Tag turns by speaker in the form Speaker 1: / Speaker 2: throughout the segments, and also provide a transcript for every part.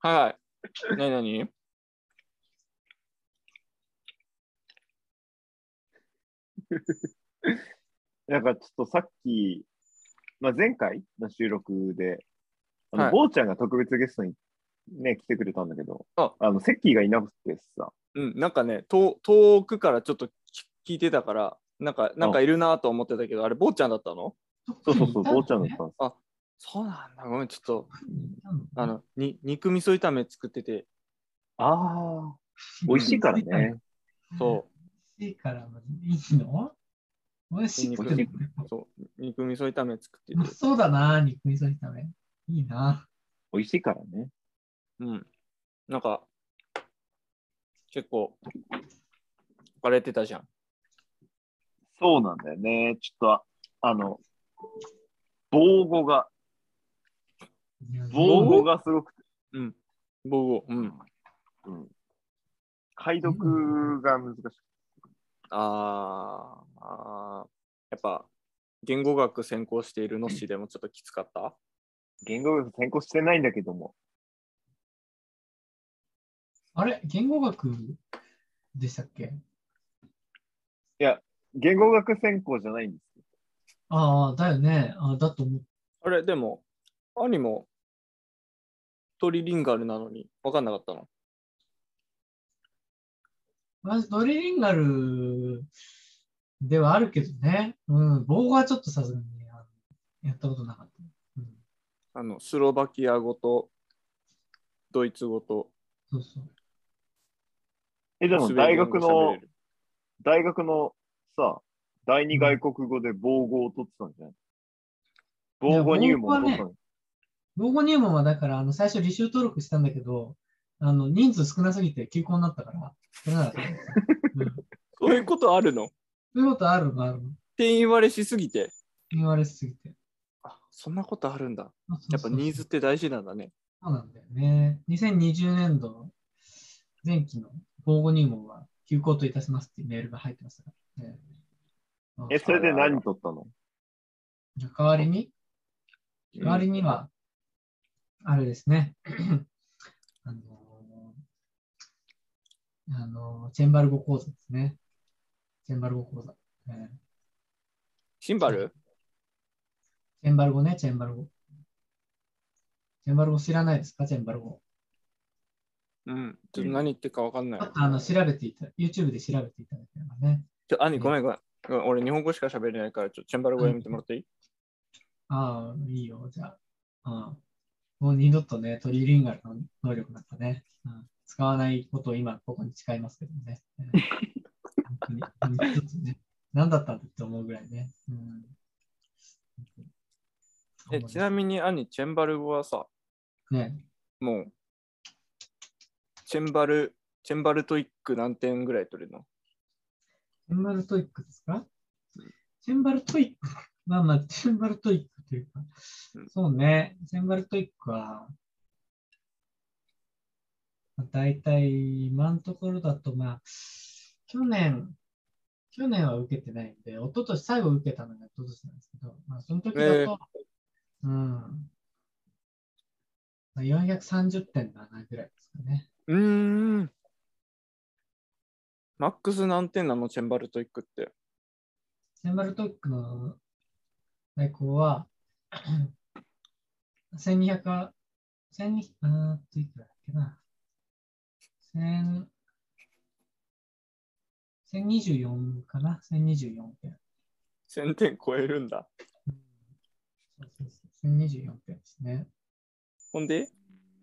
Speaker 1: はいはい。何何
Speaker 2: なんかちょっとさっき、まあ、前回の収録で、あ
Speaker 1: は
Speaker 2: の
Speaker 1: い
Speaker 2: 坊、ちゃんが特別ゲストに、ね、来てくれたんだけど、
Speaker 1: あ
Speaker 2: のセッキーがいなくてさ、
Speaker 1: うん、なんかね、と遠くからちょっと聞いてたから、なんか、なんかいるなと思ってたけど、あれ、坊ちゃんだったの
Speaker 2: そうそうそう、坊ちゃんだっ
Speaker 3: ね
Speaker 2: たんです
Speaker 1: そうなんだ、ごめん、ちょっと、
Speaker 3: うん
Speaker 1: あの、に肉味噌炒め作ってて、
Speaker 2: ああ、美味しいからね。
Speaker 1: そ
Speaker 3: 美味しいからいいの美味しいけど
Speaker 1: 美味しう、そう、肉味噌炒め作って
Speaker 3: うま
Speaker 1: て、
Speaker 3: そうだな、肉味噌炒め。いいな。
Speaker 2: 美味しいからね。
Speaker 1: うん。なんか、結構、荒れてたじゃん。
Speaker 2: そうなんだよね。ちょっと、あの、防護が、防護がすごくて、
Speaker 1: うん。僕、うん。
Speaker 2: うん、解読が難しくて、
Speaker 1: あーあー、やっぱ、言語学専攻しているのっしーでもちょっときつかった
Speaker 2: 言語学専攻してないんだけども、
Speaker 3: あれ言語学でしたっけ
Speaker 2: 言語学専攻じゃないんですよ。
Speaker 3: ああ、だよね。あだと思う。
Speaker 1: あれ、でも、兄もトリリンガルなのに分かんなかったの。
Speaker 3: まずドリリンガルではあるけどね。うん。防護はちょっとさすがにあのやったことなかった。うん。
Speaker 1: あの、スロバキア語とドイツ語と
Speaker 3: そうそう。
Speaker 2: え、でも
Speaker 1: スウェーデ
Speaker 2: 大
Speaker 1: ン語
Speaker 2: 学
Speaker 1: 喋
Speaker 2: の
Speaker 1: れ、る
Speaker 2: 大学のさ、第二外国語で防護を取ってたんじゃない防護入門を取ったの、
Speaker 3: 防護入門はだから、あの、最初履修登録したんだけど、あの、人数少なすぎて休校になったから、取れなかった。 うん。そう
Speaker 1: そういうことあるの
Speaker 3: いうことあるのあるの
Speaker 1: 店員割れしすぎて。
Speaker 3: 言われすぎて。
Speaker 1: あ、そんなことあるんだ。
Speaker 3: そうそう
Speaker 1: やっぱ
Speaker 3: そう
Speaker 1: ニーズって大事なんだね。
Speaker 3: そうなんだよね。2020年度前期の防護入門は休校といたしますっていうメールが入ってますから、ね。うん
Speaker 2: え、それで何取ったの
Speaker 3: じゃあ代わりに、
Speaker 1: うん
Speaker 3: 代わりには、あれですね。 あのーあのーチェンバル語講座ですね。チェンバル語講座。えー
Speaker 1: シンバル
Speaker 3: チェンバル語ね、チェンバル語。チェンバル語知らないですか、チェンバル語。
Speaker 1: うん。ちょっと何言ってるか分かんない
Speaker 3: ちょ。っとあの調べていた、YouTube で調べていただければね。
Speaker 1: ちょ、兄、ごめんごめん。ごめん俺、日本語しか喋れないから、ちょっとチェンバル語やめてもらっていい
Speaker 3: ああ、いいよ、じゃあ。うんもう二度とね、トリリンガルの能力なんかね、うん使わないことを今、ここに誓いますけどね。うん本当に、ちょっとね、何だったんだって思うぐらいね。うん、
Speaker 1: えちなみに兄、チェンバル語はさ、
Speaker 3: ね、
Speaker 1: もう、チェンバル、チェンバルトイック何点ぐらい取れるの
Speaker 3: チェンバルトイックですかチェンバルトイック、まあまあ、チェンバルトイックというか
Speaker 1: うん、
Speaker 3: そうね、チェンバルトイックは、まあ、大体今のところだと、まあ、去年、去年は受けてないんで、一昨年最後受けたのが一昨年なんですけど、まあ、その時だと、
Speaker 1: ええ
Speaker 3: うん、まあ、430.7ぐらいですかね。
Speaker 1: うーん。マックス何点なのチェンバルトイックって。
Speaker 3: チェンバルトイックの最高は、1200は、1200、うーんといくらだっけな。1000 1024かな ?1024 点。
Speaker 1: 1000点超えるんだ。
Speaker 3: うんそうそうそう1024点ですね。
Speaker 1: ほんで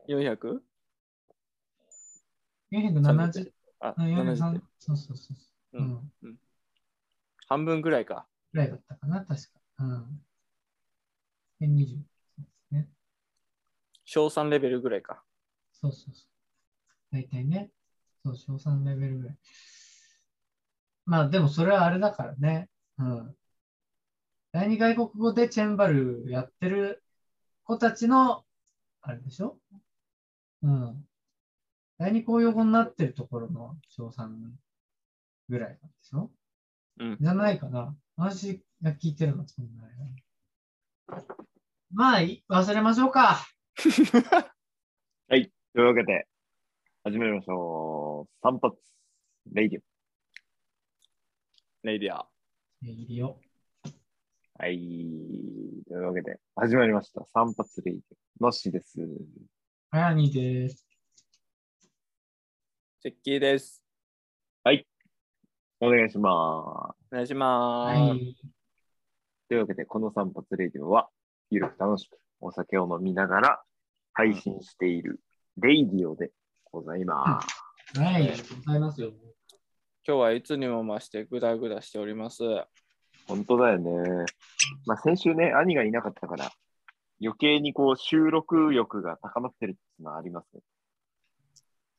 Speaker 1: ?400?
Speaker 3: 470、
Speaker 1: あ、
Speaker 3: あ473
Speaker 1: 70点。
Speaker 3: そうそうそうそう。
Speaker 1: う
Speaker 3: うんん。
Speaker 1: 半分ぐらいか。
Speaker 3: ぐらいだったかな確か。うん。1020そうですね。
Speaker 1: 小3レベルぐらいか。
Speaker 3: そうそうそう。大体ね。そう、小3レベルぐらい。まあでもそれはあれだからね。うん。第二外国語でチェンバルやってる子たちの、あれでしょうん。第二公用語になってるところの小3ぐらいなんでしょ
Speaker 1: うん
Speaker 3: じゃないかな。私が聞いてるの、そんなあれまあいい、忘れましょうか。
Speaker 2: というわけで、始めましょう。散髪、レイディ
Speaker 1: レイディア。
Speaker 3: 入りを。
Speaker 2: オ。はい。というわけで、始まりました。散髪レイディオ。のっしーです。
Speaker 3: はやにです。
Speaker 1: チェッキーです。
Speaker 2: お願いします。
Speaker 1: お願いしま
Speaker 3: は
Speaker 1: す。
Speaker 3: い。
Speaker 2: というわけで、この散髪レイディオは、ゆるく楽しくお酒を飲みながら配信しているレイディオでございます。
Speaker 3: はい。ございますよ。
Speaker 1: 今日はいつにも増してグダグダしております。
Speaker 2: 本当だよね。まあ、先週ね、兄がいなかったから、余計にこう収録欲が高まってるっていうのはありますね。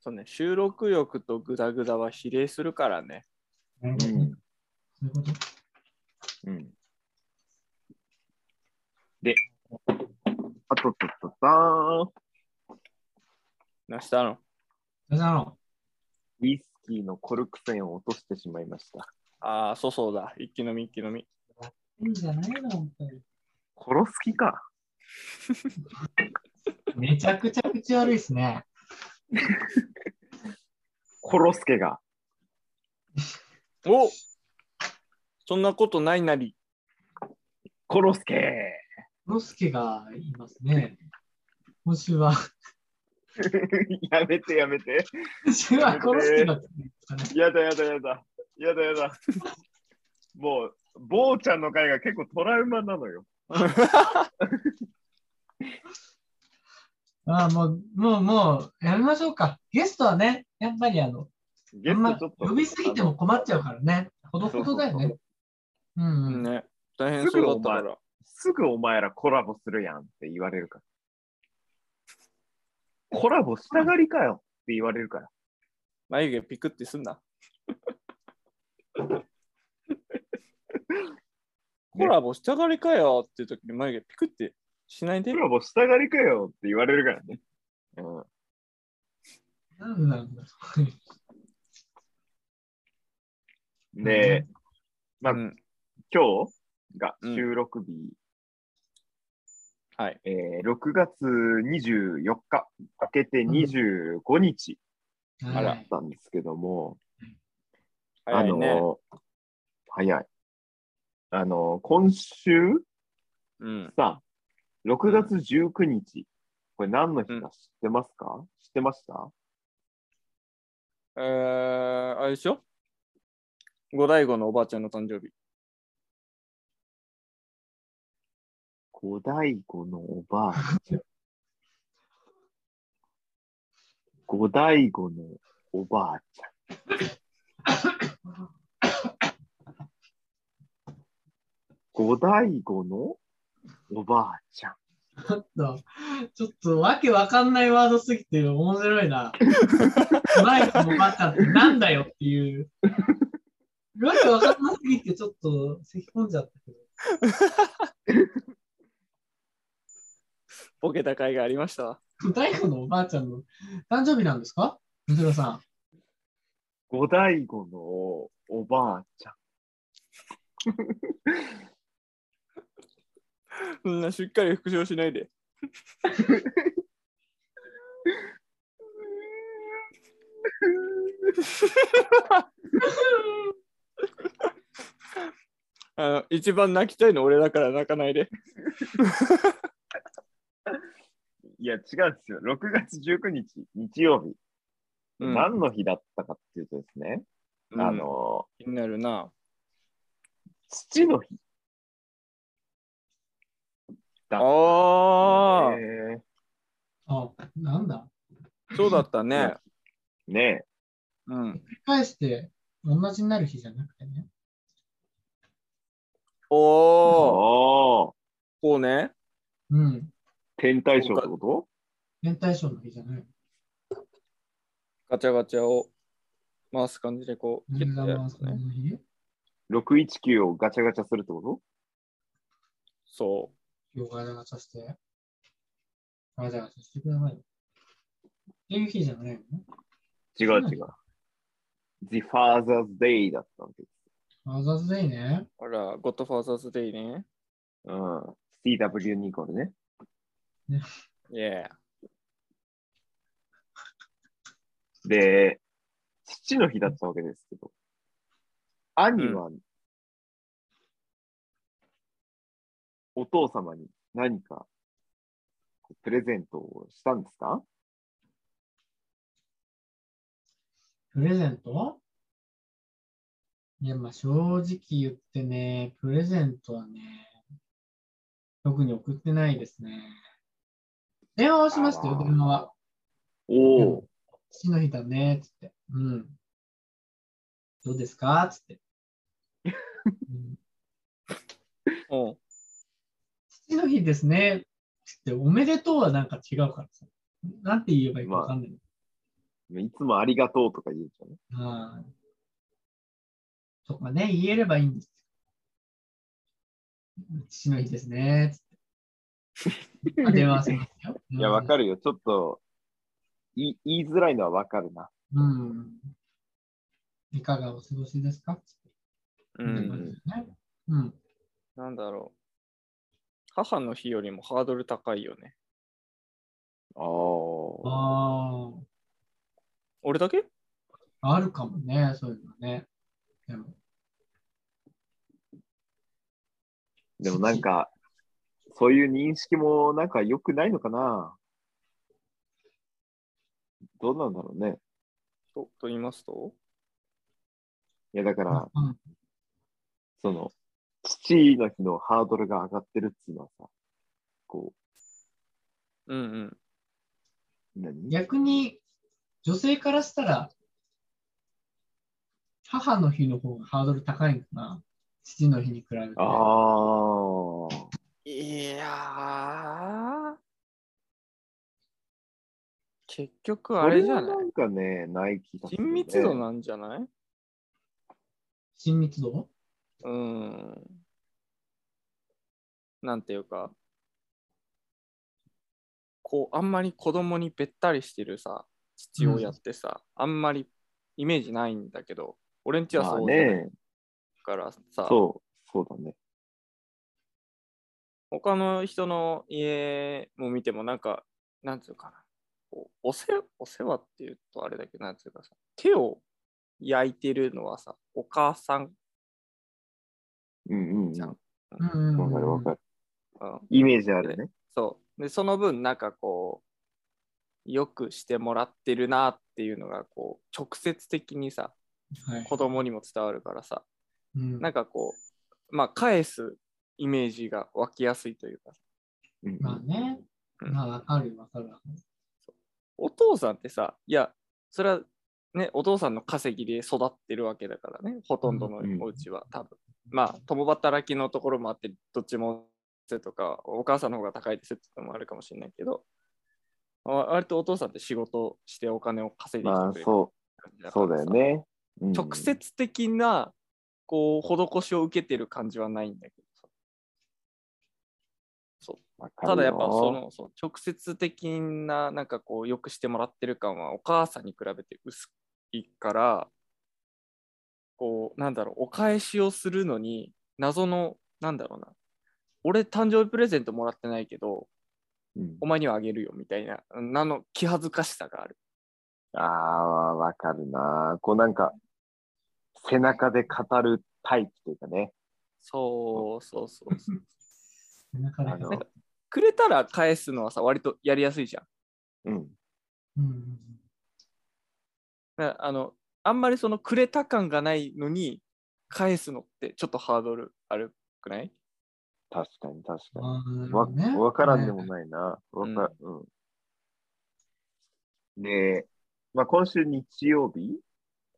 Speaker 1: そうね、収録欲とグダグダは比例するからね。
Speaker 3: なるほどね。そういうこと。
Speaker 2: うん。で、あとっとっとっとーん
Speaker 1: なしたの
Speaker 3: それなの。
Speaker 2: ウイスキーのコルク栓を落としてしまいました。
Speaker 1: ああ、そうそうだ。一気飲み、一気飲み。
Speaker 3: いいんじゃないの本当に。
Speaker 2: 殺す気か。
Speaker 3: めちゃくちゃ口悪いですね。
Speaker 2: コロスケが。
Speaker 1: おそんなことないなり。
Speaker 2: コロスケ
Speaker 3: ロスケがいますね。今週は、
Speaker 2: やめてやめて。
Speaker 3: 今週はコロスケが来るんですかね。
Speaker 2: やだやだやだ。やだやだ。もう、坊ちゃんの回が結構トラウマなのよ。
Speaker 3: ああ、もう、もう、もう、やめましょうか。ゲストはね、やっぱりあの、
Speaker 2: ゲ
Speaker 3: あん
Speaker 2: ス
Speaker 3: ま
Speaker 2: トちょっと。
Speaker 3: 呼びすぎても困っちゃうからね。ほどほどだよね。う
Speaker 1: うんん
Speaker 3: うん。
Speaker 1: ね、大変そうだったか
Speaker 2: すぐ
Speaker 1: ら。
Speaker 2: すぐお前らコラボするやんって言われるから。コラボしたがりかよって言われるから。
Speaker 1: 眉毛ピクってすん な。コラボしたがりかよっていう時に眉毛ピクってしないで
Speaker 2: コ。ラボしたがりかよって言われるからね。うん、
Speaker 3: なんなんだ。
Speaker 2: で、まあ
Speaker 1: うん
Speaker 2: 今日が収録日、
Speaker 1: はい。
Speaker 2: えー6月24日、明けて25日
Speaker 3: うん
Speaker 1: あら
Speaker 2: だったんですけども、
Speaker 1: 早い
Speaker 2: あ
Speaker 1: ね。
Speaker 2: の、早い。あの、今週
Speaker 1: うん。
Speaker 2: さ、6月19日、これ何の日か知ってますか、知ってました
Speaker 1: えー、あれでしょ五醍醐のおばあちゃんの誕生日。
Speaker 2: 五醍醐のおばあちゃん。五醍醐のおばあちゃん。五醍醐のおばあちゃん。
Speaker 3: ちょっと、ちょっとわけわかんないワードすぎて面白いな。マイクもバカってなんだよっていう。わけわかんなすぎてちょっと咳込んじゃったけど。
Speaker 1: ボケた甲斐がありましたわ。
Speaker 3: 大悟のおばあちゃんの誕生日なんですか水野さ
Speaker 2: 五醍醐のおばあちゃん。
Speaker 1: そんなしっかり復唱しないで。あの一番泣きたいの俺だから泣かないで。
Speaker 2: いや、違うんですよ。6月19日、日曜日。
Speaker 1: うん
Speaker 2: 何の日だったかっていうとですね、あ
Speaker 1: うん
Speaker 2: の、
Speaker 1: 気になるな。
Speaker 2: 父の日
Speaker 1: あ
Speaker 2: だ
Speaker 1: あ、
Speaker 2: え
Speaker 3: ん。あ、なんだ。
Speaker 1: そうだったね。
Speaker 2: ーね
Speaker 1: うん。
Speaker 3: 返して同じになる日じゃなくてね。
Speaker 1: お
Speaker 2: え。
Speaker 1: お、
Speaker 2: おー
Speaker 1: こうね。
Speaker 3: うん。
Speaker 2: 天体ショーってこ
Speaker 3: 連帯賞の日じゃない。
Speaker 1: ガチャガチャを回す感じでこう、切って
Speaker 3: 水
Speaker 1: や
Speaker 3: 田
Speaker 1: る
Speaker 3: の
Speaker 1: ん
Speaker 3: あ
Speaker 1: で
Speaker 3: そ
Speaker 1: すね。
Speaker 3: の日
Speaker 2: と ?619 をガチャガチャするってこ
Speaker 1: そ
Speaker 3: 今日ガチャガチャして。ガチャガチャしてくださいよ。っていう日じゃないよね。
Speaker 2: と違う違う。The Father's Day だったんです。
Speaker 3: あざずいね。
Speaker 1: う。あら、ゴッドファーザーズデイね。
Speaker 2: うん。CW ニコルね。
Speaker 1: イエ
Speaker 2: で、父の日だったわけですけど、兄は、お父様に何かプレゼントをしたんですか
Speaker 3: プレゼントいや、まあ正直言ってね、プレゼントはね、特に送ってないですね。電話をしましたよ、電話は。
Speaker 2: おお、
Speaker 3: 父の日だね、つって。うん。どうですかつって、うん
Speaker 1: うん。
Speaker 3: 父の日ですね。つって、おめでとうはなんか違うからさ。なんて言えばいいかわかんない。
Speaker 2: いつもありがとうとか言うじゃん。
Speaker 3: はいとかね、言えればいいんですよ。父の日ですね。つって。電話しますよ。
Speaker 2: いや、わか
Speaker 3: る。
Speaker 2: るよ。ちょっと、い言いづらいのはわかるな。
Speaker 3: うん。いかがお過ごしですかつって
Speaker 1: う
Speaker 3: 言え
Speaker 1: ん
Speaker 3: ばいいですねうん。
Speaker 1: なんだろう。母の日よりもハードル高いよね。
Speaker 2: ああ。
Speaker 3: あ
Speaker 1: 俺だけ
Speaker 3: あ、あるかもね、そういうのね。でも、
Speaker 2: でもなんか、そういう認識もなんか良くないのかな。どうなんだろうね。
Speaker 1: とと言いますと
Speaker 2: いや、だから、
Speaker 3: うん
Speaker 2: その、父の日のハードルが上がってるっつうのはさ、こ
Speaker 1: うんうん。
Speaker 2: う、何
Speaker 3: 逆に女性からしたら母の日の方がハードル高いのかな父の日に比べて。
Speaker 2: ああ。
Speaker 1: いやー。結局あれじゃな
Speaker 2: こ
Speaker 1: い
Speaker 2: なんかね、ない気がする、
Speaker 1: 親
Speaker 2: ね。
Speaker 1: 密度なんじゃない
Speaker 3: 親密度
Speaker 1: うん。なんていうか、こう、あんまり子供にべったりしてるさ、父親ってさ、あんまりイメージないんだけど、俺んちは
Speaker 2: まあ
Speaker 1: そうじゃない
Speaker 2: ね。
Speaker 1: からさ、
Speaker 2: そう、そうだね。
Speaker 1: 他の人の家も見てもなんか、なんつうかな、こうお世お世話っていうとあれだけど、なんつうかさ、手を焼いてるのはさ、お母さん、
Speaker 2: うんうんうん。
Speaker 1: じゃん
Speaker 3: うんうん
Speaker 2: わかるわか
Speaker 3: る。
Speaker 2: る。
Speaker 1: うん、
Speaker 2: イメージあるね。
Speaker 1: そう。で、その分、なんかこう、よくしてもらってるなっていうのが、こう、直接的にさ、
Speaker 3: はい
Speaker 1: 子供にも伝わるからさ、
Speaker 3: うん
Speaker 1: なんかこう、まあ、返すイメージが湧きやすいというか、
Speaker 2: うんうん
Speaker 3: まあね。
Speaker 1: うん
Speaker 3: まあわかるよわかるわかる。
Speaker 1: お父さんってさ、いや、それはね、お父さんの稼ぎで育ってるわけだからね、ほとんどの
Speaker 2: うん
Speaker 1: お家は多分。まあ、共働きのところもあって、どっちもせとか、お母さんの方が高いですってのもあるかもしれないけど、わ割とお父さんって仕事してお金を稼いでき
Speaker 2: ま
Speaker 1: て
Speaker 2: あ
Speaker 1: くれる
Speaker 2: そ
Speaker 1: 感じ
Speaker 2: う、
Speaker 1: だか
Speaker 2: そう
Speaker 1: らさ
Speaker 2: だよ。ね。うん
Speaker 1: 直接的な、こう、施しを受けてる感じはないんだけどさ。
Speaker 2: わか
Speaker 1: ただ
Speaker 2: るよ
Speaker 1: やっぱそのそう直接的ななんかこうよくしてもらってる感はお母さんに比べて薄いからこうなんだろうお返しをするのに謎のなんだろうな俺誕生日プレゼントもらってないけど
Speaker 2: うん
Speaker 1: お前にはあげるよみたいななの気恥ずかしさがある
Speaker 2: ああ、わかるな。こうなんか、背中で語るタイプというかね。
Speaker 1: そうそうそうそう
Speaker 3: 背中で
Speaker 2: あの
Speaker 1: なんかくれたら返すのはさ割とやりやすいじゃん
Speaker 2: うん。
Speaker 3: うんうん
Speaker 1: なあのあんまりそのくれた感がないのに返すのってちょっとハードルあるくない
Speaker 2: 確かに確
Speaker 3: うん。
Speaker 2: か
Speaker 3: あーなる
Speaker 2: に。
Speaker 3: ほ
Speaker 2: わ、
Speaker 3: どね
Speaker 2: わからんでも
Speaker 3: ね
Speaker 2: ないな。わか、うん。で、まあ今週日曜日、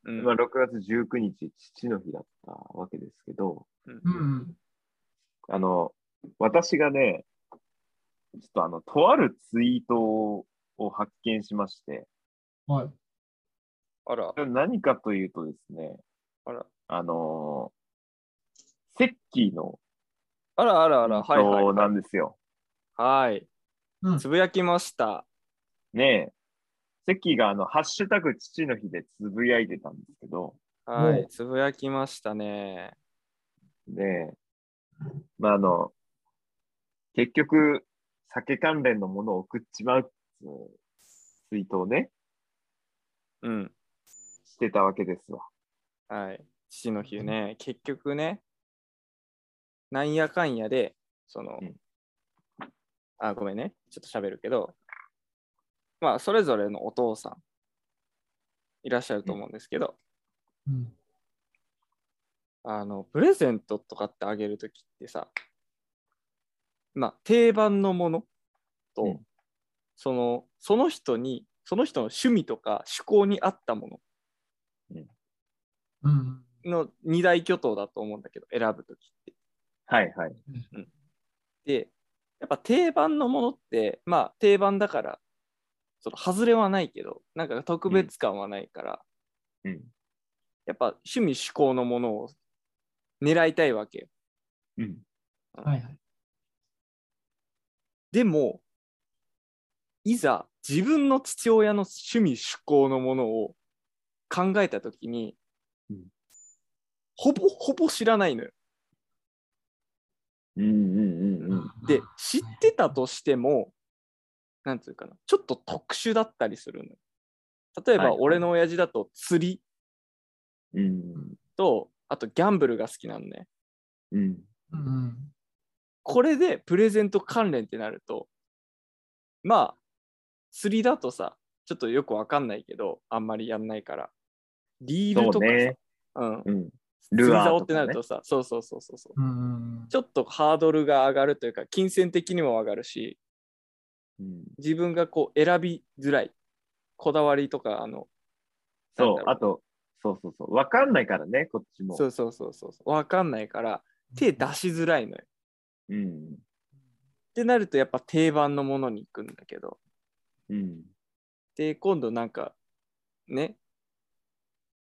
Speaker 1: うん
Speaker 2: まあ6月19日、父の日だったわけですけど、
Speaker 3: うんうん。
Speaker 2: あの、私がね、ちょっとあの、とあるツイートをを発見しまして、
Speaker 3: はい。
Speaker 1: あら
Speaker 2: こ、れ何かというとですね、
Speaker 1: あら、
Speaker 2: あのーセッキーの
Speaker 1: あら、あら、あら、はい、はい
Speaker 2: 人なんですよ。
Speaker 1: はい。
Speaker 3: うん
Speaker 1: つぶやきました。
Speaker 2: ねえ。セッキーがあの、ハッシュタグ父の日でつぶやいてたんですけど、
Speaker 1: は
Speaker 3: お
Speaker 1: い、つぶやきましたね。
Speaker 2: ねえ。まああの、結局、酒関連のものを送っちまうっていうツイートをね、
Speaker 1: うん。
Speaker 2: してたわけですわ。
Speaker 1: はい。父の日ね、結局ね、なんやかんやで、その、
Speaker 2: うん
Speaker 1: あ、ごめんね、ちょっと喋るけど、まあ、それぞれのお父さん、いらっしゃると思うんですけど、
Speaker 3: うん。
Speaker 1: あの、プレゼントとかってあげるときってさ、まあ、定番のものと、
Speaker 2: うん
Speaker 1: その、その人に、その人の趣味とか趣向に合ったも
Speaker 3: うん。
Speaker 1: のの二大巨頭だと思うんだけど、選ぶときって。
Speaker 2: はいはい。
Speaker 1: で、やっぱ定番のものって、まあ定番だから、その外れはないけど、なんか特別感はないから、
Speaker 2: うん。
Speaker 1: やっぱ趣味趣向のものを狙いたいわけよ。
Speaker 2: うん。
Speaker 3: はいはい。
Speaker 1: でも、いざ自分の父親の趣味趣向のものを考えたときに、
Speaker 2: うん
Speaker 1: ほぼほぼ知らないのよ。
Speaker 2: うんうんうんうん。
Speaker 1: で、知ってたとしても、なんていうかな、ちょっと特殊だったりするのよ。例え
Speaker 2: はい
Speaker 1: ば、
Speaker 2: はい
Speaker 1: 俺の親父だと釣り
Speaker 2: うん
Speaker 1: と、あとギャンブルが好きなのね。
Speaker 2: うん。
Speaker 3: うん。
Speaker 1: これでプレゼント関連ってなると、まあ、釣りだとさ、ちょっとよくわかんないけど、あんまりやんないから。リール
Speaker 2: そ
Speaker 1: と
Speaker 2: う
Speaker 1: かさ、
Speaker 2: ね。
Speaker 1: うん、
Speaker 2: うん。
Speaker 1: 釣り
Speaker 2: ルアー
Speaker 1: 竿
Speaker 2: とかね
Speaker 1: ってなるとさ、そうそうそうそうそう。
Speaker 3: うん。
Speaker 1: ちょっとハードルが上がるというか、金銭的にも上がるし、
Speaker 2: うん、
Speaker 1: 自分がこう選びづらいこだわりとかあの
Speaker 2: そう、
Speaker 1: なんだろ
Speaker 2: あと、そうそうそう。わかんないからね、こっちも。
Speaker 1: そうそうそうそうそう分かんないから手出しづらいのよ。っ
Speaker 2: うん。
Speaker 1: てなるとやっぱ定番のものに行くんだけど
Speaker 2: うん。
Speaker 1: で今度なんかね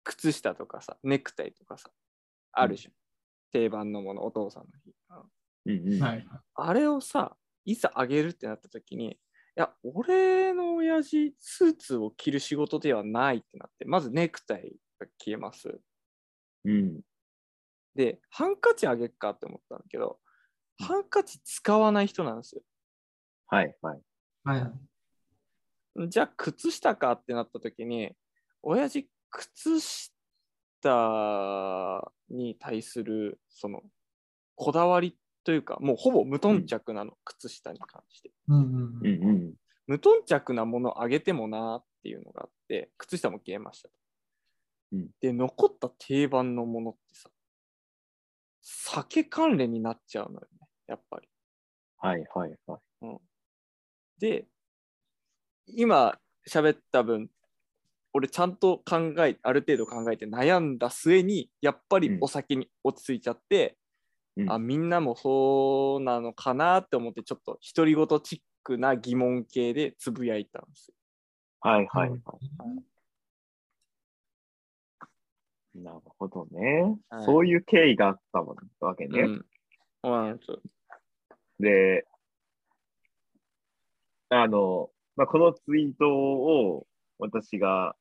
Speaker 1: 靴下とかさネクタイとかさあるじゃん、定番のものお父さんの日
Speaker 2: うんうん。
Speaker 3: はい。
Speaker 1: あれをさいざあげるってなった時にいや俺の親父スーツを着る仕事ではないってなってまずネクタイが消えます
Speaker 2: うん。
Speaker 1: で、ハンカチあげっかって思ったんだけど、ハンカチ使わない人なんですよ。
Speaker 2: はいはい。
Speaker 3: はいはい。
Speaker 1: じゃあ、靴下かってなった時に、親父、靴下に対する、その、こだわりというか、もうほぼ無頓着なの、靴下に関して。
Speaker 3: う
Speaker 2: う
Speaker 3: ん
Speaker 2: んうん。
Speaker 1: 無頓着なものあげてもなーっていうのがあって、靴下も消えました。
Speaker 2: うん
Speaker 1: で、残った定番のものってさ、酒関連になっちゃうのよね、やっぱり。
Speaker 2: はいはいはい。
Speaker 1: で、今喋った分、俺ちゃんと考え、ある程度考えて悩んだ末に、やっぱりお酒に落ち着いちゃって、
Speaker 2: うん
Speaker 1: あ、みんなもそうなのかなって思って、ちょっと独り言チックな疑問系でつぶやいたんですよ。
Speaker 2: はいはいはい。なるほどね。
Speaker 1: はい
Speaker 2: そういう経緯があったわけね。
Speaker 1: うんそうなんですよ
Speaker 2: で、あの、まあ、このツイートを私が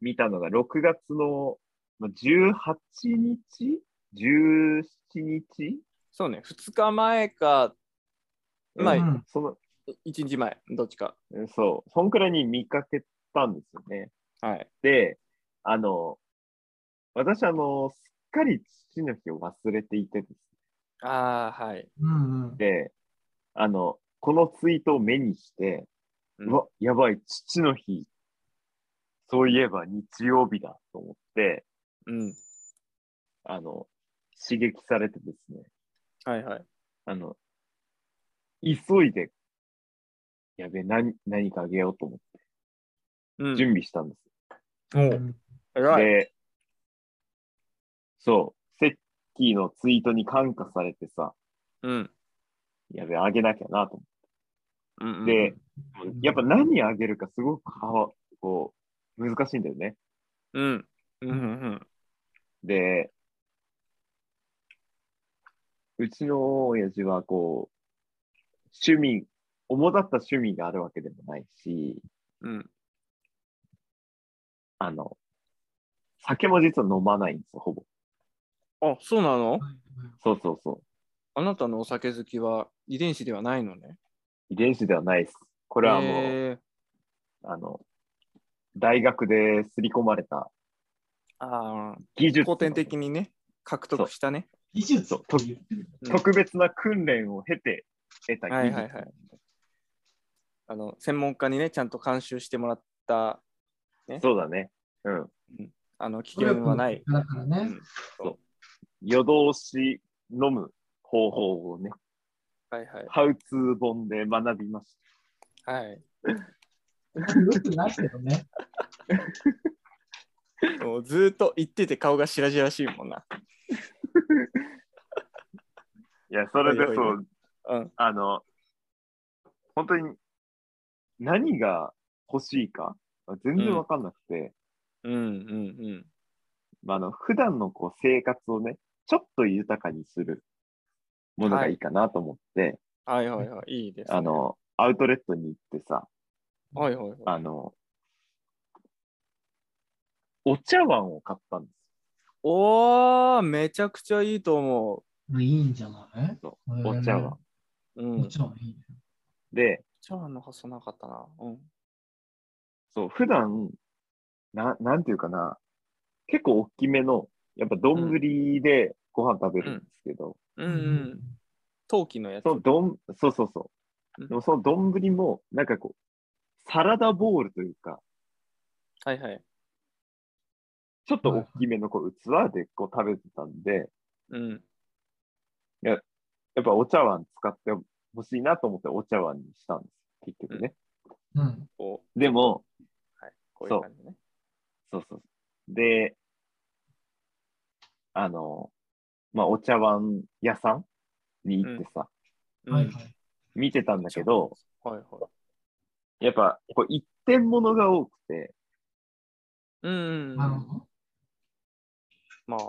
Speaker 2: 見たのが6月のまあ18日 ?17 日
Speaker 1: そうね、2日前か、まあ、
Speaker 2: う
Speaker 3: うん
Speaker 1: 1
Speaker 3: ん。
Speaker 2: その、
Speaker 1: 日前、どっちか。
Speaker 2: そう、そんくらいに見かけたんですよね。
Speaker 1: はい。
Speaker 2: で、あの、私、あの、すっかり父の日を忘れていてです
Speaker 1: ああ、はい。
Speaker 3: うんうん。
Speaker 2: で、あの、このツイートを目にして、
Speaker 1: うん
Speaker 2: うわ、やばい、父の日。そういえば日曜日だと思って、
Speaker 1: うん。
Speaker 2: あの、刺激されてですね、
Speaker 1: はいはい。
Speaker 2: あの、急いで、やべえ、何、何かあげようと思って
Speaker 1: うん。
Speaker 2: 準備したんです。
Speaker 1: おう偉い。
Speaker 2: で、そう、セッキーのツイートに感化されてさ、
Speaker 1: うん。
Speaker 2: やべえ、あげなきゃなと思
Speaker 1: うんうん
Speaker 2: って、
Speaker 3: ん
Speaker 2: やっぱ何あげるかすごくかわ、こう、難しいんだよね。
Speaker 1: うん。うんうん
Speaker 2: で、うちの親父はこう、趣味、主だった趣味があるわけでもないし、
Speaker 1: うん。うん。
Speaker 2: あの、酒も実は飲まないんですよ、ほぼ。
Speaker 1: あ、そうなの
Speaker 2: そうそうそう。
Speaker 1: あなたのお酒好きは遺伝子ではないのね。
Speaker 2: 遺伝子ではないです。こ
Speaker 1: こ
Speaker 2: れはもう、あの、大学で刷り込まれた
Speaker 1: あ
Speaker 2: 技
Speaker 1: ー
Speaker 2: 術。
Speaker 1: 古典的にね、獲得したね。
Speaker 3: 技術っていう。
Speaker 2: 特別な訓練を経て得た
Speaker 1: は
Speaker 2: 技
Speaker 1: い
Speaker 2: 術。
Speaker 1: はいはい。あの、専門家にね、ちゃんと監修してもらった、
Speaker 2: そうだね。うん。
Speaker 1: あの、危険はない。
Speaker 3: だからね。
Speaker 1: うん
Speaker 2: 夜通し飲む方法をね、
Speaker 1: はいはい。
Speaker 2: ハウツー本で学びまし
Speaker 1: はい。
Speaker 3: よくないけどね。
Speaker 1: もうずーっと言ってて顔が白々しいもんな。
Speaker 2: た。いや、それで
Speaker 1: はい
Speaker 2: そ、
Speaker 1: はいううん。
Speaker 2: あの、本当に何が欲しいか全然わかんなくて、
Speaker 1: うんうんうん。
Speaker 2: まあ、あの普段のこう生活をね、ちょっと豊かにするものがいいかなと思って、
Speaker 1: はいはいはい。いいです、ね。
Speaker 2: あの、アウトレットに行ってさ、
Speaker 1: はいはいはい。
Speaker 2: あの、お茶碗を買ったんです。
Speaker 1: おー、めちゃくちゃいいと思
Speaker 3: いいんじゃない
Speaker 2: そうお茶碗。
Speaker 1: う。うん。
Speaker 3: もちろんいいね。
Speaker 2: で、
Speaker 1: 茶碗の発想なかったな。うん。
Speaker 2: そう、普段、な、なんていうかな、結構大きめの、やっぱ丼でご飯食べるんですけど、
Speaker 1: う
Speaker 3: うん
Speaker 1: うん。陶器のやつ。
Speaker 2: その丼、そうそうそうう。
Speaker 1: ん
Speaker 2: でもその丼も、なんかこう、サラダボールというか、
Speaker 1: はいはい。
Speaker 2: ちょっと大きめのこう器でこう食べてたんで、
Speaker 1: うん。
Speaker 2: やっぱお茶碗使ってほしいなと思ってお茶碗にしたんです。結局ね。
Speaker 3: うん。
Speaker 1: こ
Speaker 2: でも、
Speaker 1: う、はい。こういう感じね。
Speaker 2: そうそう。で、あの、まあ、お茶碗屋さんに行ってさ、
Speaker 1: うん
Speaker 3: はいはい。
Speaker 2: 見てたんだけど、。
Speaker 1: はいはい。
Speaker 2: やっぱ、こう、一点物が多くて、
Speaker 1: うんうんうん。
Speaker 3: なるほど。
Speaker 1: まあ。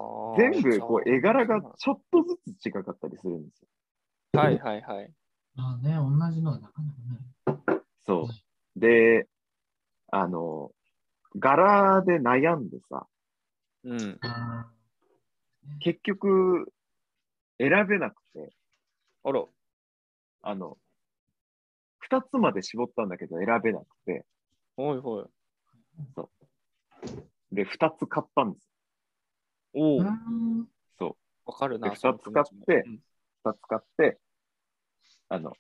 Speaker 2: 全部、こう、絵柄が
Speaker 1: は
Speaker 2: ちょっとずつ違かったりするんですよ。
Speaker 1: いはいはい。
Speaker 3: まあね、同じのはなかなかね。
Speaker 2: そう。で、あの、柄で悩んでさ、
Speaker 1: うん。
Speaker 3: あ
Speaker 2: 結局、選べなくて、
Speaker 1: あら。
Speaker 2: あの、二つまで絞ったんだけど選べなくて、
Speaker 1: はいはい。
Speaker 2: で、二つ買ったんです。
Speaker 1: おお
Speaker 3: ーう。ん。
Speaker 2: そう。
Speaker 1: わかるな。
Speaker 2: で
Speaker 1: その気持ちも
Speaker 2: 二つ買って
Speaker 1: うん
Speaker 2: 2つ買って、あの、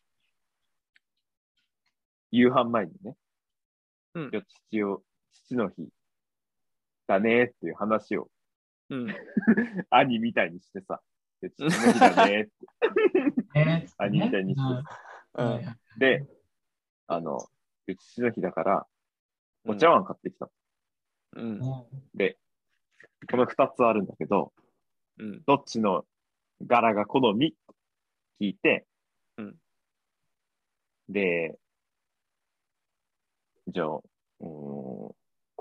Speaker 2: 夕飯前にね、
Speaker 1: うん
Speaker 2: 今日父を、父の日だねっていう話を
Speaker 1: うん。
Speaker 2: 兄みたいにしてさ、で父の日だ ねって。
Speaker 3: え
Speaker 2: あ似てる似てる
Speaker 1: う
Speaker 3: はい
Speaker 1: ん
Speaker 3: はい
Speaker 2: で、あの、今日父の日だから、お茶碗買ってきた。
Speaker 1: うん。
Speaker 3: おう
Speaker 2: で、この2つあるんだけど、
Speaker 1: うん。
Speaker 2: どっちの柄が好みって聞いて、
Speaker 1: うん
Speaker 2: で、じゃあ、うーん、こ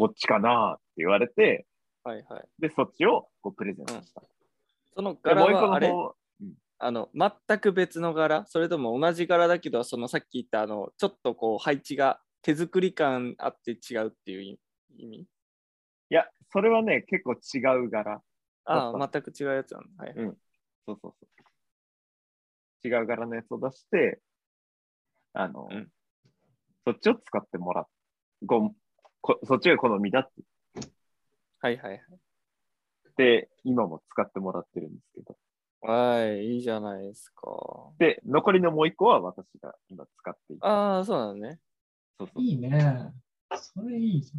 Speaker 2: っちかなって言われて、
Speaker 1: はいはい。
Speaker 2: で、そっちをこうプレゼントした。
Speaker 1: その
Speaker 2: で、
Speaker 1: 柄
Speaker 2: もう一個
Speaker 1: はあ
Speaker 2: の
Speaker 1: れ
Speaker 2: 方、
Speaker 1: あの全く別の柄それとも同じ柄だけどそのさっき言ったあのちょっとこう配置が手作り感あって違うっていう意味
Speaker 2: いや、それはね、結構違う柄。
Speaker 1: あ
Speaker 2: あ
Speaker 1: あ全く違うやつなんだ、はい
Speaker 2: そうそうそう。違う柄のやつを出して、あの、
Speaker 1: うん
Speaker 2: そっちを使ってもらっごこそっちが好みだって
Speaker 1: はいはい
Speaker 2: 言って、今も使ってもらってるんですけど。
Speaker 1: はいはいいいじゃないですか
Speaker 2: で、残りのもう一個は私が今使っていて、
Speaker 1: ああそうなのね
Speaker 2: そうそう
Speaker 3: いいね。それいいじ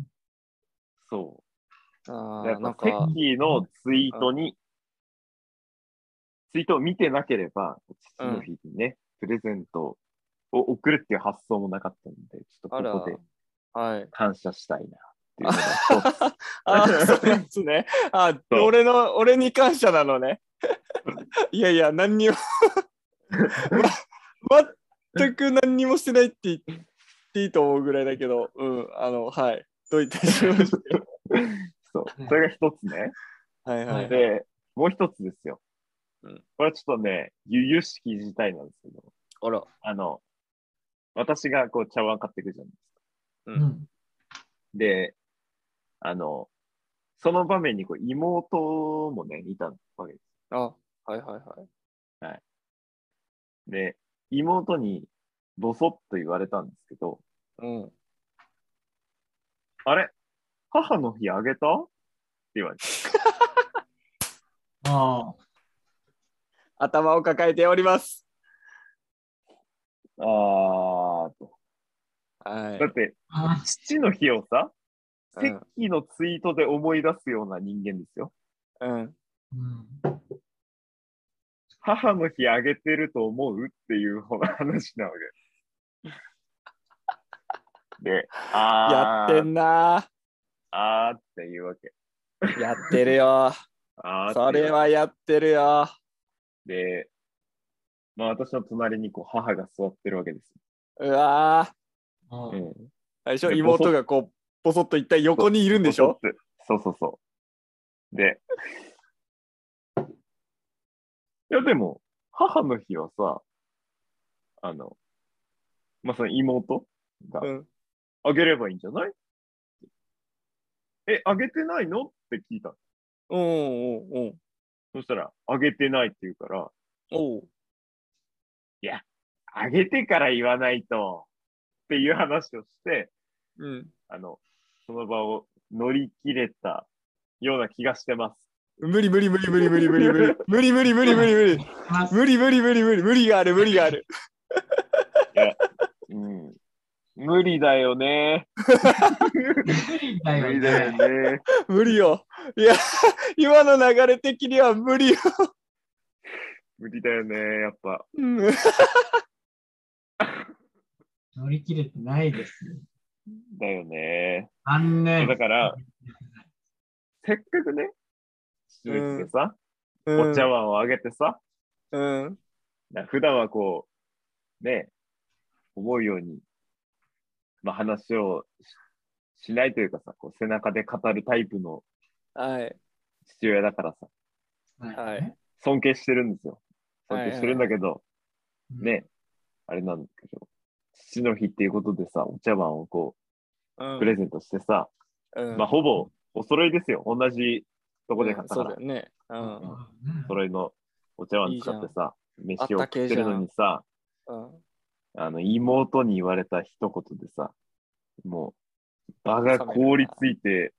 Speaker 2: そ
Speaker 1: あ
Speaker 2: う。や
Speaker 1: あ
Speaker 2: っ
Speaker 1: なん
Speaker 2: ぱ
Speaker 1: か
Speaker 2: セッキーのツイートに、ツイートを見てなければ、父の日にね、プレゼントを送るっていう発想もなかったので、ちょっと
Speaker 1: あら
Speaker 2: ここで
Speaker 1: はい
Speaker 2: 感謝したいなっていうのが一つ
Speaker 1: ああ そうなんですねあ
Speaker 2: そう
Speaker 1: 俺の俺に感謝なのねいやいや何にも ま全く何にもしてないって言っていいと思うぐらいだけどうんあのはいどういたしまして
Speaker 2: そう。それが一つね。
Speaker 1: はいはい。
Speaker 3: は
Speaker 2: で、もう一つですよ
Speaker 1: うん。
Speaker 2: これはちょっとね、ゆゆしき事態なんですけど、
Speaker 1: あら。
Speaker 2: あの、私がこう茶碗買ってくるじゃん。
Speaker 3: ゃん。うん。
Speaker 2: で、あの、その場面にこう妹もね、いたわけです。
Speaker 1: あ、はいはいはい。
Speaker 2: で、妹にボソッと言われたんですけど、
Speaker 1: うん。
Speaker 2: あれ母の日あげたって言われて、
Speaker 3: あ
Speaker 1: 頭を抱えております。
Speaker 2: あーと。
Speaker 1: はい
Speaker 2: だ。って、
Speaker 3: あ。
Speaker 2: 父の日をさ、
Speaker 1: う
Speaker 2: セ
Speaker 1: ん
Speaker 2: ッキーのツイートで思い出すような人間ですよ。
Speaker 1: うん。
Speaker 3: うん。
Speaker 2: 母の日あげてると思うっていう方が話なわ け。で、
Speaker 1: や
Speaker 2: あ
Speaker 1: って
Speaker 2: ー、
Speaker 1: んな
Speaker 2: あーっていうわけ。
Speaker 1: ー。やってるよ。
Speaker 2: あーっていうわ
Speaker 1: そ
Speaker 2: け
Speaker 1: れはやってるよ。
Speaker 2: で、まあ私の隣にこう母が座ってるわけです
Speaker 1: うわー。
Speaker 3: あ
Speaker 2: よ。うん。
Speaker 1: 最初
Speaker 2: で
Speaker 1: 妹がこう、ぼそっと一体横にいるんでしょ
Speaker 2: そうそうそう。で、いやでも、母の日はさ、あの、まあその妹が
Speaker 1: うん。
Speaker 2: あげればいいんじゃない、え、あげてないのって聞いたの。
Speaker 1: おうんうんうん。
Speaker 2: そしたら、あげてないって言うから、
Speaker 1: おう
Speaker 2: あげてから言わないとっていう話をして、
Speaker 1: うん。
Speaker 2: あの、その場を乗り切れたような気がしてます。
Speaker 1: 無理無理無理無理無理無理無 理無理無理無理無理無理
Speaker 3: まあ
Speaker 1: 無理無理無理無理無理がある無理がある
Speaker 2: うん。無理だよね。
Speaker 3: 無理だ
Speaker 2: 無理
Speaker 3: よ
Speaker 2: だよ
Speaker 3: ね。
Speaker 2: ね。
Speaker 1: 無理よいや 今の流れ的には無理よ
Speaker 2: 無理だよね。やっぱ。
Speaker 1: うん
Speaker 3: 乗り切れてないですよ。
Speaker 2: だよね。
Speaker 3: 残念。
Speaker 2: だから、せっかくね、手術でさ、お茶碗をあげてさ、
Speaker 1: うん
Speaker 2: な普段はこう、ね、思うように、まあ、話をししないというかさ、こう背中で語るタイプの
Speaker 1: はい
Speaker 2: 父親だからさ、
Speaker 1: はい。
Speaker 2: 尊敬してるんですよ。尊敬してるんだけど、
Speaker 3: うん。
Speaker 2: ね、あれなんだけど、父の日っていうことでさ、お茶碗をこ
Speaker 1: う
Speaker 2: う、
Speaker 1: ん
Speaker 2: プレゼントしてさ、
Speaker 1: うん
Speaker 2: まあ、ほぼお揃いですよ。同じとこで買ったか
Speaker 1: そう
Speaker 2: ら、
Speaker 1: だよねうん
Speaker 3: うん
Speaker 2: お揃いのお茶碗使ってさ、飯を
Speaker 1: あっ
Speaker 2: 食った
Speaker 1: け
Speaker 2: て
Speaker 1: えじゃん
Speaker 2: るのにさ、
Speaker 1: うん
Speaker 2: あの、妹に言われた一言でさ、もう、場が凍りついて、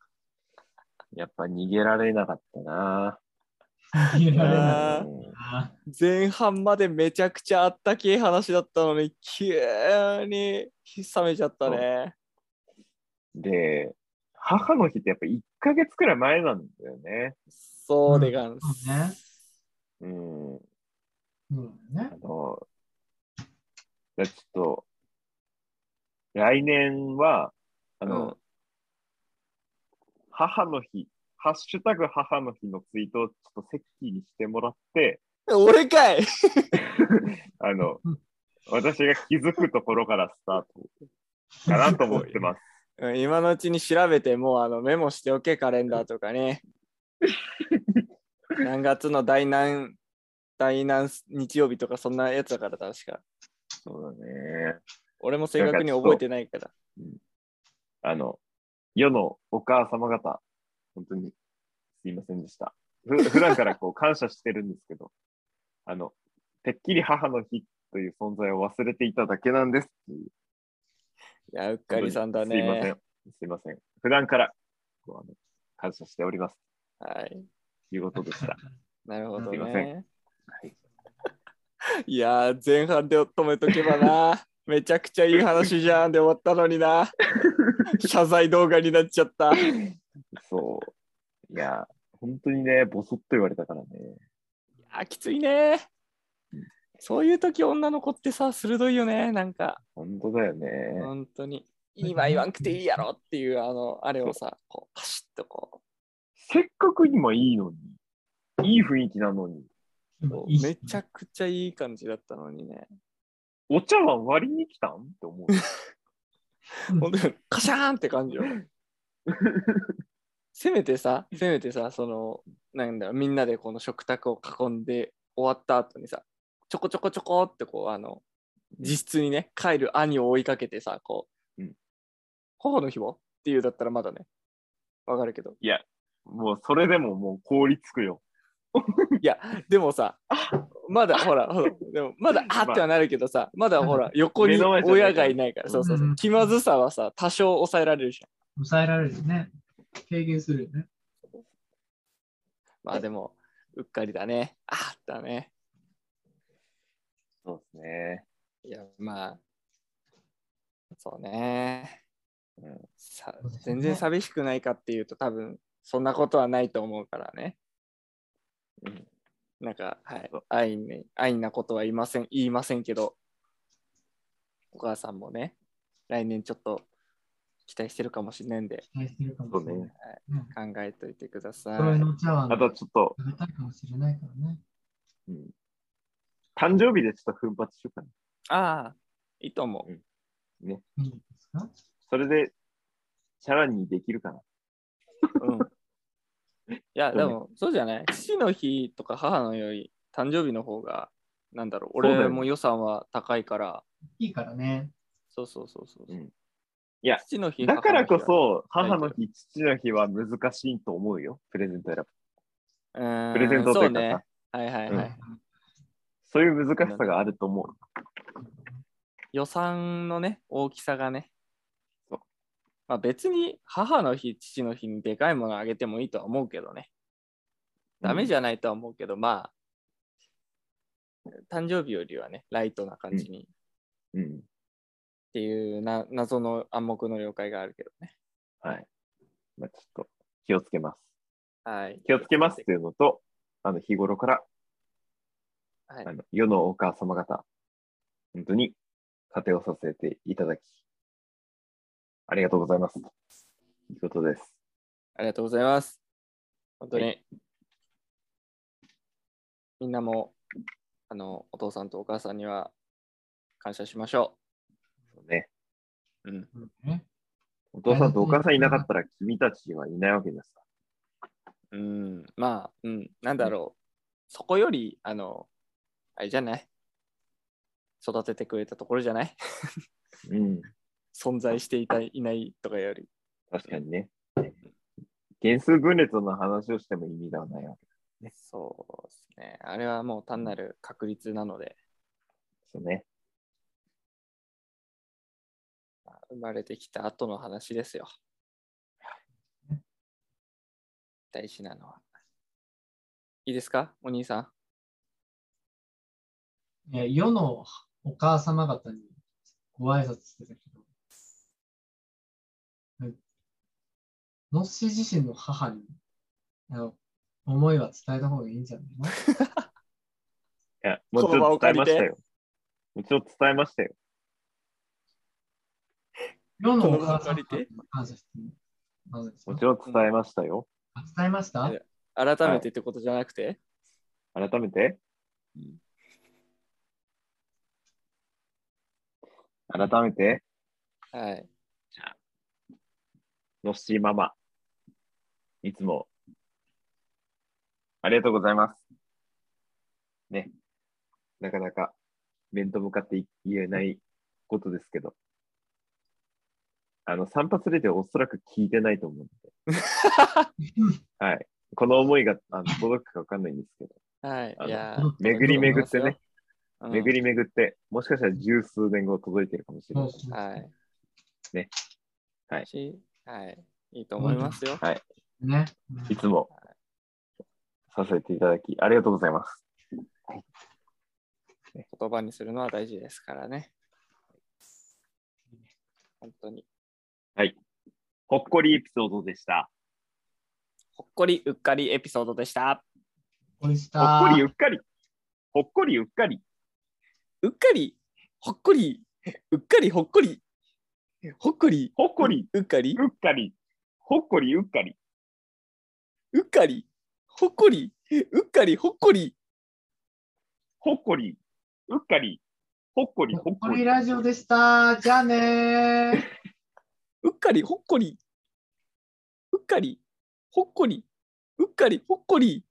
Speaker 2: やっぱ逃げられなかったな
Speaker 3: 逃げられない
Speaker 1: あー
Speaker 2: うん
Speaker 3: な。
Speaker 1: 前半までめちゃくちゃあったけえ話だったのに急に冷めちゃったね
Speaker 2: で、母の日ってやっぱ1ヶ月くらい前なんだよね。
Speaker 1: そうでがん
Speaker 3: そうね。
Speaker 2: うん。
Speaker 3: そうだよね
Speaker 2: あ。の、じゃあちょっと、来年は、あの、
Speaker 1: うん
Speaker 2: 母の日、ハッシュタグ母の日のツイートをちょっとセッキーにしてもらって、
Speaker 1: 俺かい
Speaker 2: あの
Speaker 3: うん、
Speaker 2: 私が気づくところからスタートかなと思ってます。
Speaker 1: うん今のうちに調べてもうあのメモしておけカレンダーとか ね何月の第何第何日曜日とかそんなやつだから確か
Speaker 2: そうだね。
Speaker 1: 俺も正確に覚えてないから
Speaker 2: あの、世のお母様方、本当にすいませんでした。ふ普段からこう感謝してるんですけど、 あの、てっきり母の日という存在を忘れていただけなんですっていう。
Speaker 1: いやうっかりさんだ
Speaker 2: すいません
Speaker 1: ね。
Speaker 2: すいません。普段からこうあの感謝しております
Speaker 1: はい
Speaker 2: ということでした。
Speaker 1: なるほど
Speaker 2: すいませ
Speaker 1: ね
Speaker 2: はい
Speaker 1: いやー前半で止めとけばなめちゃくちゃいい話じゃんで終わったのに な謝罪動画になっちゃった
Speaker 2: そう。いや、本当にね、ボソッと言われたからね。
Speaker 1: あきついねそういう時女の子ってさ鋭いよねなんか
Speaker 2: 本当だよね。
Speaker 1: 本当に
Speaker 3: うん
Speaker 1: 今言わんくていいやろっていうあのあれをさこうパシッとこ
Speaker 2: せっかく今いいのに、いい雰囲気なのに、
Speaker 1: う
Speaker 3: いい
Speaker 1: めちゃくちゃいい感じだったのにね
Speaker 2: お茶碗割りに来たんって思う。
Speaker 1: 本当にカシャーンって感 じよせめてさせめてさそのなんだろうみんなでこの食卓を囲んで終わった後にさちょこちょこちょこってこうあの実質にね帰る兄を追いかけてさこう、
Speaker 2: うん
Speaker 1: 母の日はっていうだったらまだねわかるけど
Speaker 2: もうそれでももう凍りつくよ。
Speaker 1: いや、でもさ、まだほら、ほらでもまだあってはなるけどさ、まだほ ら、横に
Speaker 2: 目の前じゃないから
Speaker 1: 親がいないから、そうそうそうう、
Speaker 3: ん
Speaker 1: 気まずさはさ、多少抑えられるじ
Speaker 3: 抑えられるね。軽減するよね。
Speaker 1: まあでも、うっかりだね。ああだね。
Speaker 2: そうですね。
Speaker 1: いや、まあ、そうね。
Speaker 2: うん
Speaker 1: さ
Speaker 3: そうですね
Speaker 1: 全然寂しくないかっていうと、多分そんなことはないと思うからね。
Speaker 2: うん
Speaker 1: なんか、はい
Speaker 2: そう、
Speaker 1: 安易に安易なことは言いません、言いませんけど、お母さんもね、来年ちょっと期待してるかもしれないんで、
Speaker 3: 期待してるかもしれない。うん
Speaker 1: 考えといてください。
Speaker 3: それの茶碗
Speaker 2: あと
Speaker 3: が
Speaker 2: ちょっと、
Speaker 3: 食べたいかもしれないからね。
Speaker 2: うん誕生日でちょっと奮発しようかな。
Speaker 1: ああ、いいと思う。
Speaker 3: いいんですか
Speaker 2: それで、さらにできるかな。
Speaker 1: うんいや、
Speaker 2: そうね
Speaker 1: でも、そうじゃない父の日とか母のより、誕生日の方が、なんだろう、
Speaker 2: そうだよね
Speaker 1: 俺も予算は高いから、
Speaker 3: いいからね。
Speaker 1: そうそうそうそう。
Speaker 2: うん
Speaker 1: い
Speaker 2: や
Speaker 1: 父の日、
Speaker 2: だからこそ、
Speaker 1: 母
Speaker 2: 母
Speaker 1: の
Speaker 2: の
Speaker 1: 日
Speaker 2: 日、父の日は難しいと思うよ。プレゼント選ぶ。
Speaker 1: 母の日は、
Speaker 2: プレゼントと
Speaker 1: そ
Speaker 2: いううかさ
Speaker 1: ね。はいはいはい。
Speaker 2: そういう難しさがあると思う。
Speaker 1: 予算のね、大きさがね。
Speaker 2: そう
Speaker 1: まあ、別に母の日、父の日にでかいものあげてもいいとは思うけどね。ダメじゃないとは思うけど、まあ、誕生日よりはね、ライトな感じにっ
Speaker 2: うん。
Speaker 1: ていうな謎の暗黙の了解があるけどね。
Speaker 2: はい。まあ、ちょっと気をつけます。
Speaker 1: はい。
Speaker 2: 気をつけますっていうのと、あの日頃から、
Speaker 1: はい
Speaker 2: あの世のお母様方、本当に家庭をさせていただき、ありがとうございます。ということです。
Speaker 1: ありがとうございます。本当に、
Speaker 2: は
Speaker 1: みんなもあのお父さんとお母さんには感謝しましょ
Speaker 2: ね、
Speaker 1: う。うん、
Speaker 3: うんね
Speaker 2: お父さんとお母さんいなかったら君たちはいないわけですか
Speaker 1: うん、まあ、うん、なんだろう。そこより、あの、あれじゃない育ててくれたところじゃない
Speaker 2: ら。うん。
Speaker 1: 存在していたいないとかより。
Speaker 2: 確かにね。原数分裂の話をしても意味がないわけ
Speaker 1: そうですね。あれはもう単なる確率なので、
Speaker 2: ですよね。
Speaker 1: まあ生まれてきた後の話ですよ。大事なのは。いいですかお兄さん。
Speaker 3: いや世のお母様方にご挨拶してたけど、のっしー自身の母にあの思いは伝えた方がいいんじゃないの
Speaker 2: いや、もちろん伝えましたよ。もちろん伝えましたよ。
Speaker 3: 世のお
Speaker 1: この
Speaker 3: 母
Speaker 1: 場
Speaker 3: 様
Speaker 1: 借り
Speaker 3: 方に
Speaker 1: て
Speaker 3: 感謝してるなぜですか
Speaker 2: もちろん伝えましたよ。
Speaker 3: あ伝えました
Speaker 1: いや改めてってことじゃなくて、
Speaker 2: 改めて、改めて、
Speaker 1: はい。
Speaker 2: のっしーママ、いつも、ありがとうございます。ね、なかなか面と向かって言えないことですけど、あの、散髪レディはおそらく聞いてないと思うんで、はい。この思いがあの届くかわかんないんですけど、
Speaker 1: はい
Speaker 2: あ。の
Speaker 1: いや
Speaker 3: うん、
Speaker 2: 巡り巡ってね、
Speaker 1: うん、
Speaker 2: 巡り巡って、もしかしたら十数年後届いてるかもしれ
Speaker 3: そ
Speaker 2: な
Speaker 3: う
Speaker 2: い。
Speaker 3: そう
Speaker 1: はい。
Speaker 2: ね。はい
Speaker 1: し。はい。いいと思いますよ。
Speaker 2: はい。
Speaker 3: ね、うん
Speaker 2: いつもさせていただき、ありがとうございます。
Speaker 1: 言葉にするのは大事ですからね。本当に。
Speaker 2: ほっこりエピソードでした。
Speaker 1: ほっこりうっかりエピソードでした。
Speaker 3: おいし
Speaker 2: ほったこりうっかり。ほっこりうっかり。
Speaker 1: うっかり、ほっこり、うっかりほっこり、ほっこり、
Speaker 2: ほっこり
Speaker 1: うっかり、
Speaker 2: うっかり。ほっこりうっかり。
Speaker 1: うっかり、ほっこり、うっかりほっこり。
Speaker 2: ほっこりうっかり。ほっこりほ
Speaker 3: ほ
Speaker 2: っ
Speaker 3: っ
Speaker 2: こ
Speaker 3: こ
Speaker 2: り
Speaker 3: り。ラジオでした。じゃあねー。
Speaker 1: うっかりほっこり。うっかり、ほっこり。うっかりほっこり。